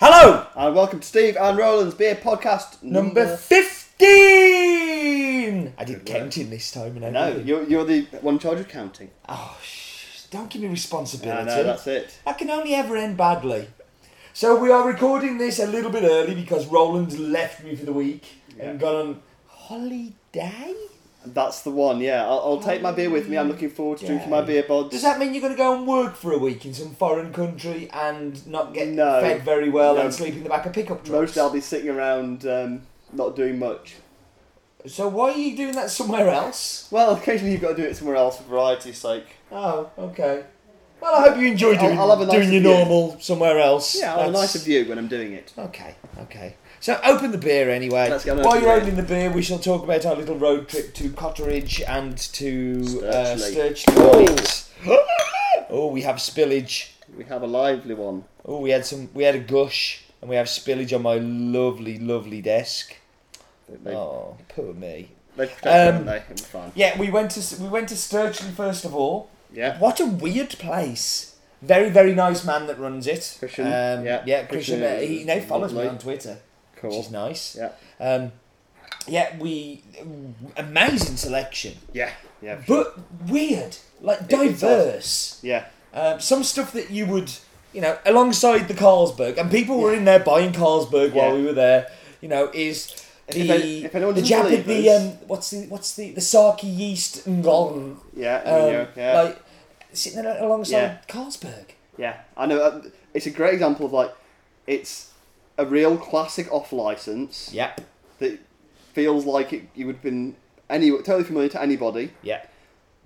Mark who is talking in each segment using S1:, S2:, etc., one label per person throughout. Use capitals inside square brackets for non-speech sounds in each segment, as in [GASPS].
S1: Hello!
S2: And welcome to Steve and Roland's Beer Podcast
S1: Number 15! I did
S2: Good work.
S1: counting this time and
S2: No,
S1: everything.
S2: you're, you're the one in charge of counting.
S1: Oh, sh- don't give me
S2: I
S1: responsibility.
S2: know, that's it.
S1: That can only ever end badly. So we are recording this a little bit early because Roland's left me for the week and gone on holiday?
S2: That's the one, yeah. I'll, I'll take my beer with me. I'm looking forward to drinking my
S1: Holiday.
S2: beer bods.
S1: Does that mean you're going to go and work for a week in some foreign country and not get
S2: No.
S1: fed very well
S2: No.
S1: and sleep in the back of pickup trucks?
S2: Mostly I'll be sitting around um, not doing much.
S1: So why are you doing that somewhere else?
S2: Well, occasionally you've got to do it somewhere else for variety's sake.
S1: Oh, okay. Well, I hope you enjoy
S2: I'll-
S1: doing,
S2: I'll have a nicer
S1: doing your
S2: view.
S1: normal somewhere else.
S2: Yeah, I'll have a
S1: That's-
S2: nicer view when I'm doing it.
S1: Okay, okay. So open the beer anyway.
S2: Let's get an
S1: While
S2: open
S1: you're
S2: beer.
S1: opening the beer, we shall talk about our little road trip to Cotteridge and to uh,
S2: Sturchley.
S1: Sturchley. Lights. [GASPS] Oh, we have spillage.
S2: We have a lively one.
S1: Oh, we had some. We had a gush, and we have spillage on my lovely, lovely desk.
S2: They,
S1: Oh, poor me.
S2: they protect it,
S1: Um,
S2: don't they? It'll be fine.
S1: Yeah, we went to we went to Sturchley first of all.
S2: Yeah.
S1: What a weird place. Very, very nice man that runs it.
S2: Christian,
S1: Um,
S2: yeah,
S1: yeah, Christian.
S2: Christian
S1: uh, he
S2: is
S1: now follows me
S2: lovely.
S1: on Twitter, which
S2: Cool.
S1: is nice.
S2: Yeah.
S1: Um, yeah, we amazing selection,
S2: Yeah. Yeah. for sure.
S1: but weird, like
S2: It- it's
S1: diverse.
S2: Yeah.
S1: Um, some stuff that you would, you know, alongside the Carlsberg, and people were in there buying Carlsberg while
S2: Yeah.
S1: we were there. You know, is the
S2: If any- if anyone
S1: the
S2: doesn't
S1: Japan
S2: believe
S1: the
S2: us-
S1: um, what's the what's the the sake yeast ngong
S2: Yeah.
S1: um,
S2: yeah.
S1: like sitting there alongside
S2: Yeah.
S1: Carlsberg.
S2: Yeah, I know. uh, It's a great example of like, it's a real classic off license
S1: Yep.
S2: that feels like it you would have been any totally familiar to anybody,
S1: Yep.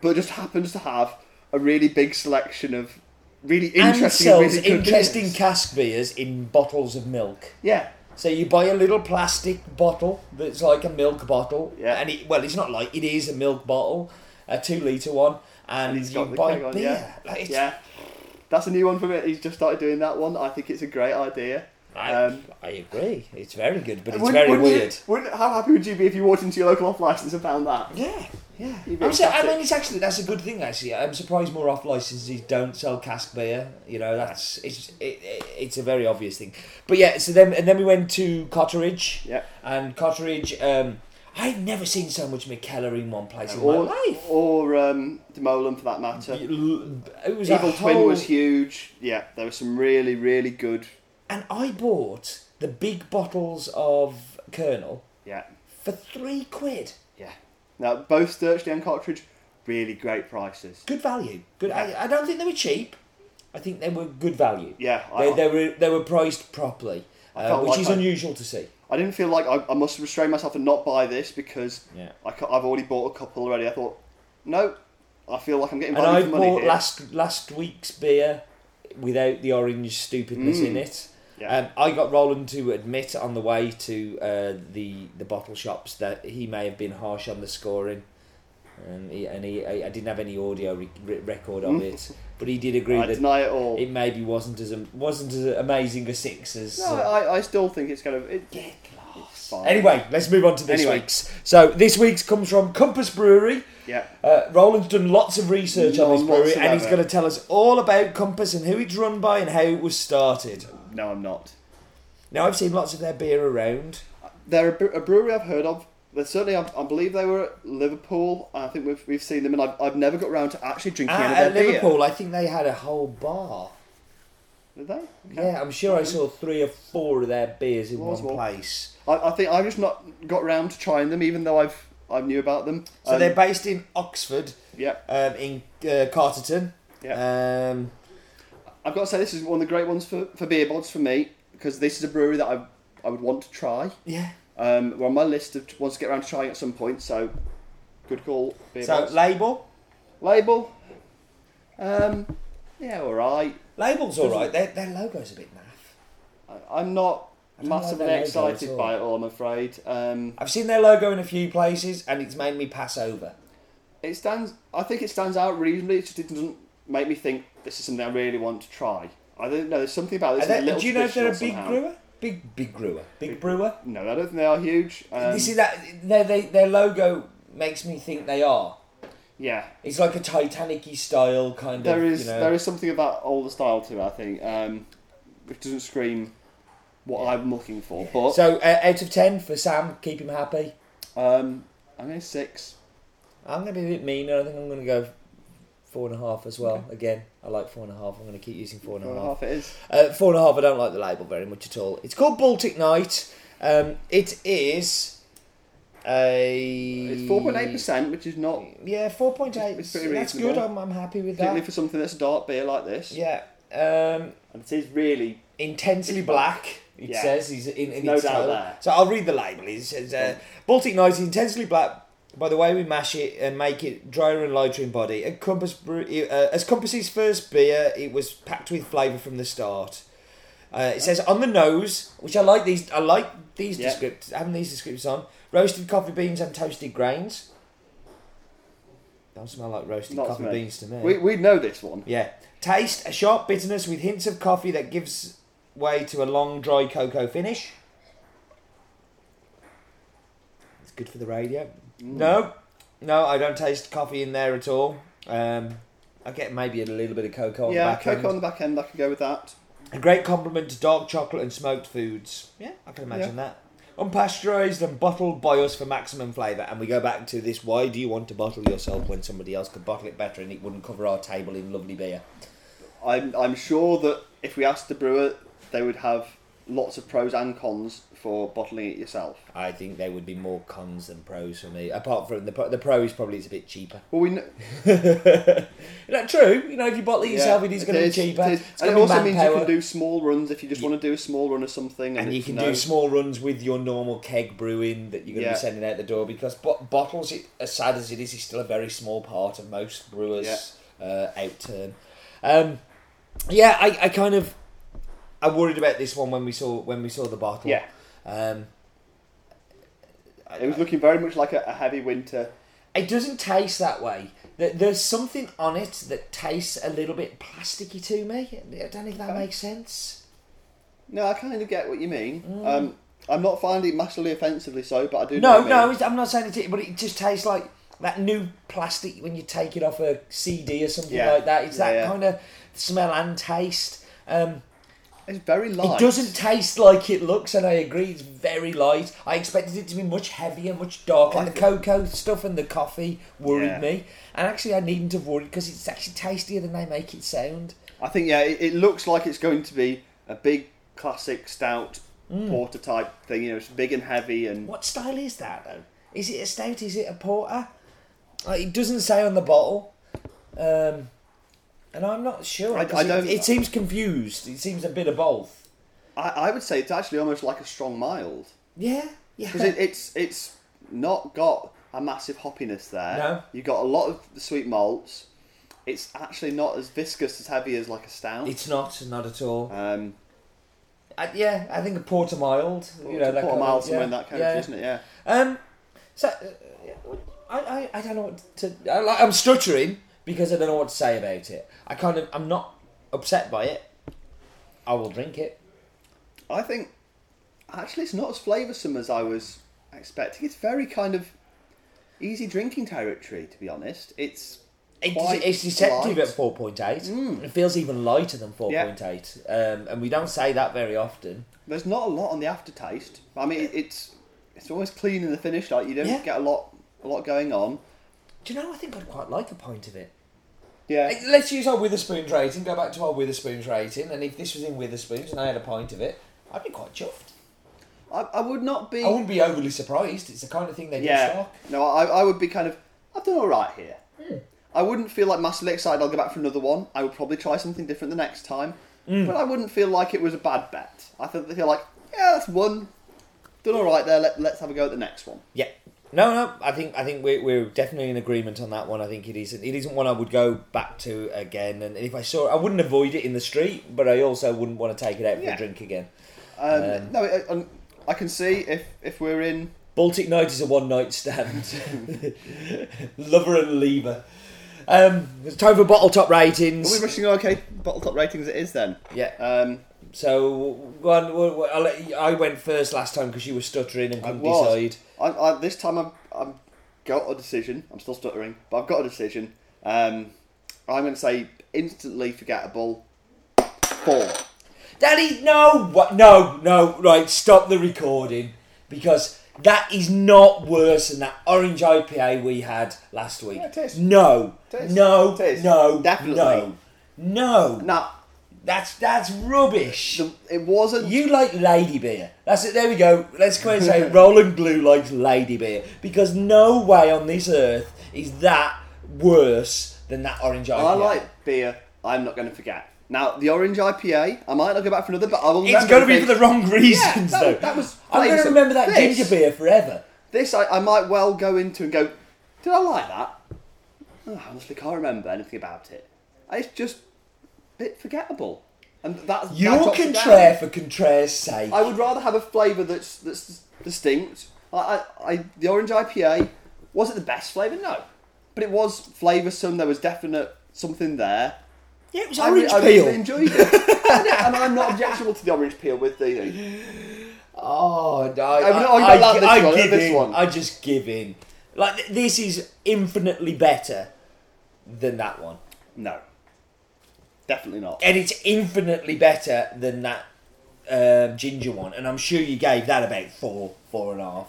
S2: but just happens to have a really big selection of really interesting,
S1: and sells
S2: really good
S1: interesting
S2: beers.
S1: cask beers in bottles of milk.
S2: yeah,
S1: So you buy a little plastic bottle that's like a milk bottle,
S2: Yeah.
S1: and it, well, it's not like it is a milk bottle, a two liter one, and,
S2: he's
S1: you
S2: got the
S1: buy
S2: keg on,
S1: beer.
S2: yeah.
S1: Like, it's-
S2: yeah. That's a new one from it. He's just started doing that one. I think it's a great idea.
S1: I,
S2: Um,
S1: I agree. It's very good, but it's
S2: wouldn't-
S1: very
S2: wouldn't you-
S1: weird.
S2: wouldn't, how happy would you be if you walked into your local off license and found that?
S1: Yeah, yeah.
S2: You'd be
S1: I'm su- I
S2: ecstatic.
S1: mean, it's actually that's a good thing. Actually, I'm surprised more off licenses don't sell cask beer. You know, that's it's it, it, it's a very obvious thing. But yeah, so then and then we went to Cotteridge.
S2: Yeah.
S1: And Cotteridge, um, I've never seen so much McKellar in one place in
S2: Or,
S1: my life.
S2: or um, Demolan for that matter.
S1: It was a
S2: Evil Twin
S1: whole-
S2: was huge. Yeah, there were some really, really good.
S1: and I bought the big bottles of Colonel
S2: Yeah,
S1: for three quid.
S2: yeah. Now both Sturchley and Cartridge, really great prices.
S1: Good value. Good. I, I don't think they were cheap. I think they were good value.
S2: Yeah, I,
S1: They, they were they were priced properly, uh,
S2: felt
S1: which
S2: like
S1: is
S2: I-
S1: unusual to see.
S2: I didn't feel like I, I must restrain myself and not buy this because
S1: Yeah.
S2: I, have already bought a couple already. I thought, no, I feel like I'm getting
S1: And
S2: value
S1: I
S2: for money
S1: bought
S2: here.
S1: last last week's beer without the orange stupidness in it.
S2: Mm. Yeah.
S1: Um, I got Roland to admit on the way to uh, the the bottle shops that he may have been harsh on the scoring, and he, and he I, I didn't have any audio re- re- record of
S2: [LAUGHS]
S1: it, but he did agree
S2: I
S1: that
S2: deny it all.
S1: it maybe wasn't as am- wasn't as amazing a six as.
S2: no,
S1: uh,
S2: I, I still think it's kind of it,
S1: Get
S2: it's fine.
S1: Anyway, let's move on to this
S2: Anyway.
S1: week's. So this week's comes from Compass Brewery.
S2: yeah,
S1: Uh, Roland's done lots of research on this
S2: None
S1: brewery, and he's
S2: whatsoever.
S1: going to tell us all about Compass and who it's run by and how it was started.
S2: no, I'm not.
S1: Now I've seen lots of their beer around.
S2: They're a, bre- a brewery I've heard of. They certainly, I, I believe they were at Liverpool. I think we've, we've seen them, and I've, I've never got round to actually drinking
S1: Ah,
S2: any of their
S1: at
S2: beer.
S1: Liverpool, I think they had a whole bar.
S2: Did they?
S1: Yeah, I'm sure I saw three or four of their beers in
S2: Was
S1: one
S2: one.
S1: place.
S2: I, I think I've just not got round to trying them, even though I've I knew about them.
S1: So
S2: Um,
S1: they're based in Oxford,
S2: yeah,
S1: um, in uh, Carterton. Um,
S2: I've got to say this is one of the great ones for, for beer bods for me because this is a brewery that I I would want to try.
S1: yeah.
S2: Um, we're on my list of ones to get around to trying at some point. So good call, beer
S1: So
S2: bods.
S1: label,
S2: Label, um, yeah, all right.
S1: label's all right. Their, their logo's a bit naff.
S2: I, I'm not
S1: I don't like
S2: massively
S1: their logo at all.
S2: excited by it all. I'm afraid. Um,
S1: I've seen their logo in a few places, and it's made me pass over.
S2: it stands. I think it stands out reasonably. It just doesn't make me think this is something I really want to try. I don't know. There's something about this.
S1: Are they-
S2: that's a little
S1: do you know if they're a big
S2: traditional somehow.
S1: brewer? Big, big brewer, big brewer.
S2: No, I don't think they are huge. Um,
S1: you see that their they, their logo makes me think they are.
S2: yeah,
S1: It's like a Titanic-y style kind
S2: there
S1: of.
S2: is
S1: you know,
S2: there is something about older style to it. I think um, which doesn't scream what I'm looking for. But
S1: So uh, out of ten for Sam, keep him happy.
S2: um, I'm going to six.
S1: I'm going to be a bit meaner. I think I'm going to go four and a half as well. Again, I like four and a half. I'm going to keep using four and a
S2: Four and a
S1: half.
S2: half it is.
S1: Uh, four and a half. I don't like the label very much at all. It's called Baltic Night. Um, it is a.
S2: It's four point eight percent, which is not
S1: Yeah, four point eight.
S2: It's pretty
S1: That's
S2: reasonable.
S1: good. I'm, I'm happy with
S2: particularly
S1: that.
S2: for something that's a dark beer like this.
S1: Yeah. Um,
S2: And it is really
S1: intensely
S2: It's
S1: black. It
S2: Yeah.
S1: says he's in, in
S2: No
S1: its
S2: doubt
S1: title.
S2: there.
S1: So I'll read the label. It says uh, Baltic Night is intensely black. By the way, we mash it and make it drier and lighter in body. And Compass, Brew- uh, as Compass's first beer, it was packed with flavour from the start. Uh, it says on the nose, which I like these. I like these
S2: Yeah.
S1: descriptors. Having these descriptors on roasted coffee beans and toasted grains. Don't smell like roasted
S2: Not to
S1: coffee
S2: me.
S1: beans to me.
S2: we we know this one.
S1: Yeah. Taste a sharp bitterness with hints of coffee that gives way to a long dry cocoa finish. It's good for the radio.
S2: Mm.
S1: No, no, I don't taste coffee in there at all. Um, I get maybe a little bit of cocoa on
S2: yeah,
S1: the back end.
S2: cocoa on the back end. I could go with that.
S1: A great compliment to dark chocolate and smoked foods. Yeah, I can imagine that. Unpasteurized and bottled by us for maximum flavour. And we go back to this why do you want to bottle yourself when somebody else could bottle it better and it wouldn't cover our table in lovely beer?
S2: I'm I'm sure that if we asked the brewer, they would have lots of pros and cons for bottling it yourself.
S1: I think there would be more cons than pros for me. Apart from the pro, the pro is probably it's a bit cheaper.
S2: Well, we know,
S1: Is that true? You know, if you bottle it yourself, it is going to be cheaper.
S2: It is.
S1: It's
S2: And
S1: going
S2: it
S1: to be
S2: also means you
S1: manpower,
S2: can do small runs if you just want to do a small run of something. And,
S1: and you
S2: it's
S1: can
S2: no-
S1: do small runs with your normal keg brewing that you're going
S2: Yeah.
S1: to be sending out the door because bo- bottles, it, as sad as it is, is still a very small part of most brewers' uh, outturn. Um, yeah, I, I kind of I worried about this one when we saw when we saw the bottle.
S2: Yeah.
S1: Um,
S2: It was looking very much like a, a heavy winter.
S1: It doesn't taste that way. There- There's something on it that tastes a little bit plasticky to me. I don't know if that makes sense.
S2: No, I kind of get what you mean. Um, I'm not finding it massively offensively so, but I do. know
S1: Mm. No,
S2: what
S1: no,
S2: you mean.
S1: it's, I'm not saying it, but it just tastes like that new plastic when you take it off a CD or something
S2: Yeah.
S1: like that. It's
S2: Yeah,
S1: that
S2: yeah.
S1: kind of smell and taste. Um,
S2: Oh, It's very light.
S1: it doesn't taste like it looks, and I agree, it's very light. I expected it to be much heavier, much darker.
S2: I
S1: the
S2: thi-
S1: cocoa stuff and the coffee worried
S2: Yeah.
S1: me, and actually, I needn't have worried because it's actually tastier than they make it sound.
S2: I think yeah, it, it looks like it's going to be a big classic stout porter type thing. You know, it's big and heavy and
S1: What style is that though? Is it a stout? Is it a porter? Like, it doesn't say on the bottle, um, and I'm not sure.
S2: I-
S1: 'cause
S2: I
S1: it-
S2: don't-
S1: It, seems confused. It seems a bit of both.
S2: I, I would say it's actually almost like a strong mild
S1: Yeah, yeah.
S2: because it, it's it's not got a massive hoppiness there.
S1: No.
S2: you got a lot of sweet malts. It's actually not as viscous as heavy as like a stout.
S1: It's not, not at all.
S2: um,
S1: Uh, yeah, I think a porter mild. You know,
S2: to
S1: that
S2: put a
S1: kind
S2: mile
S1: of,
S2: somewhere
S1: yeah,
S2: in that
S1: yeah.
S2: character, isn't it? Yeah.
S1: Um, so uh, I, I, I don't know what to. I, like, I'm stuttering because I don't know what to say about it. I kind of I'm not upset by it. I will drink it.
S2: I think actually it's not as flavoursome as I was expecting. It's very kind of easy drinking territory, to be honest. It's
S1: It's,
S2: quite
S1: it's deceptive
S2: light.
S1: at 4.8.
S2: Hmm.
S1: It feels even lighter than 4.8. Um, and we don't say that very often.
S2: There's not a lot on the aftertaste. I mean, it- it's it's always clean in the finish. Like you don't
S1: Yeah.
S2: get a lot a lot going on.
S1: Do you know, I think I'd quite like a pint of it.
S2: Yeah.
S1: Hey, Let's use our Witherspoons rating, go back to our Witherspoons rating. And if this was in Witherspoons and I had a pint of it, I'd be quite chuffed.
S2: I, I would not be.
S1: I wouldn't be overly surprised. It's the kind of thing they do
S2: yeah.
S1: stock.
S2: No, I, I would be kind of. I've done all right here.
S1: Hmm.
S2: I wouldn't feel like massively excited. I'll go back for another one. I would probably try something different the next time.
S1: Hmm.
S2: But I wouldn't feel like it was a bad bet. I think they feel like, yeah, that's one. Done all right there. Let, let's have a go at the next one.
S1: Yeah. No, no. I think I think we're, we're definitely in agreement on that one. I think it isn't it isn't one I would go back to again. And if I saw it, I wouldn't avoid it in the street, but I also wouldn't want to take it out for
S2: Yeah.
S1: a drink again.
S2: Um, no, it, um, I can see if if we're in
S1: Baltic Night is a one night stand. [LAUGHS] Lover and lever. Um, it's time for bottle top ratings.
S2: Are we rushing okay bottle top ratings it is then?
S1: Yeah.
S2: Um,
S1: So go on, well, well, I'll let you, I went first last time because you were stuttering and
S2: I
S1: couldn't
S2: was.
S1: decide.
S2: I, I, this time I've, I've got a decision. I'm still stuttering, but I've got a decision. Um, I'm going to say instantly forgettable. Four.
S1: Daddy, no, what? No, no, right, stop the recording because that is not worse than that orange IPA we had last week.
S2: Yeah, it is.
S1: No,
S2: It is.
S1: no,
S2: It is.
S1: no,
S2: Definitely.
S1: no, no.
S2: Now,
S1: That's that's rubbish.
S2: the, it wasn't.
S1: You like lady beer. That's it. There we go. Let's go and
S2: [LAUGHS]
S1: say Roland Blue likes lady beer because no way on this earth is that worse than that orange IPA.
S2: I like beer. I'm not going to forget. Now, the orange IPA. I might not go back for another, but I will.
S1: It's
S2: remember
S1: going to be
S2: this.
S1: for the wrong reasons,
S2: that-
S1: though.
S2: that was
S1: I'm going to
S2: amazing.
S1: remember that
S2: This-
S1: ginger beer forever.
S2: This I, I might well go into and go. Did I like that? Oh, I honestly can't remember anything about it. It's just a bit forgettable, and that's that
S1: You're
S2: drops it down.
S1: contraire for contraire's sake.
S2: I would rather have a flavour that's that's distinct. I, I, I the orange IPA was it the best flavour? No, but it was flavoursome. There was definite something there.
S1: yeah, it was
S2: I
S1: orange
S2: re- I
S1: peel.
S2: really enjoyed it, and, and I'm not objectionable to the orange peel with the.
S1: oh, no, I,
S2: I'm not- I'm
S1: I-
S2: not allowed this
S1: I
S2: one,
S1: give
S2: this
S1: in.
S2: one.
S1: I just give in. Like th- this is infinitely better than that one,
S2: No, definitely not.
S1: and it's infinitely better than that um, ginger one. And I'm sure you gave that about four, four and a half.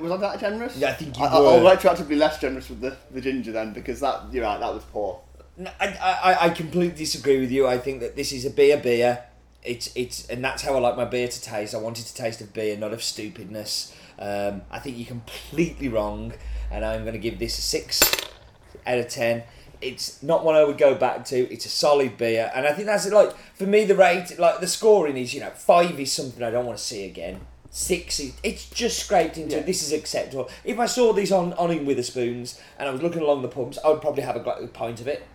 S2: Was I that generous?
S1: Yeah, I think you
S2: I, I,
S1: were.
S2: I'm retroactively less generous with the, the ginger then because that you're right. That was poor.
S1: No, I, I, I completely disagree with you. I think that this is a beer beer. It's it's and that's how I like my beer to taste. I want it to taste of beer, not of stupidness. Um, I think you're completely wrong, and I'm going to give this a six out of ten. It's not one I would go back to. It's a solid beer, and I think that's it. Like for me, the rate, like the scoring is, you know, five is something I don't want to see again. Six is it's just scraped into.
S2: Yeah.
S1: This is acceptable. If I saw these on on in Witherspoons and I was looking along the pubs, I would probably have a gla- pint of it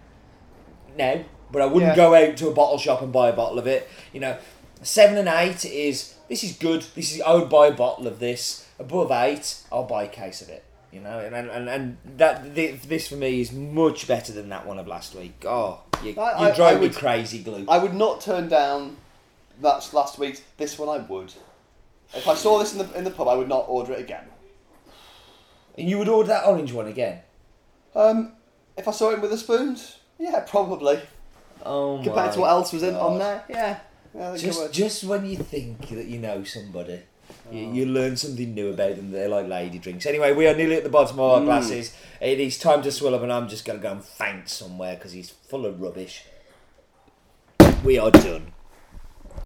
S1: now, but I wouldn't
S2: Yeah.
S1: go out to a bottle shop and buy a bottle of it. You know, seven and eight is this is good. This is I would buy a bottle of this. Above eight, I'll buy a case of it. You know, and and, and, and that th- this for me is much better than that one of last week. Oh, you,
S2: I-
S1: you
S2: I-
S1: drive
S2: I
S1: me
S2: would-
S1: crazy, glue.
S2: I would not turn down that's last week's. This one I would. If I saw this in the in the pub, I would not order it again.
S1: and you would order that orange one again.
S2: Um, if I saw it with a spoon, yeah, probably.
S1: Oh my!
S2: Compared to what else was in
S1: God.
S2: on there, yeah. yeah I think I
S1: Just
S2: would.
S1: just when you think that you know somebody. You, you learn something new about them. They're like lady drinks. Anyway, we are nearly at the bottom of our glasses. It is time to swill up, and I'm just going to go and faint somewhere because he's full of rubbish. We are done.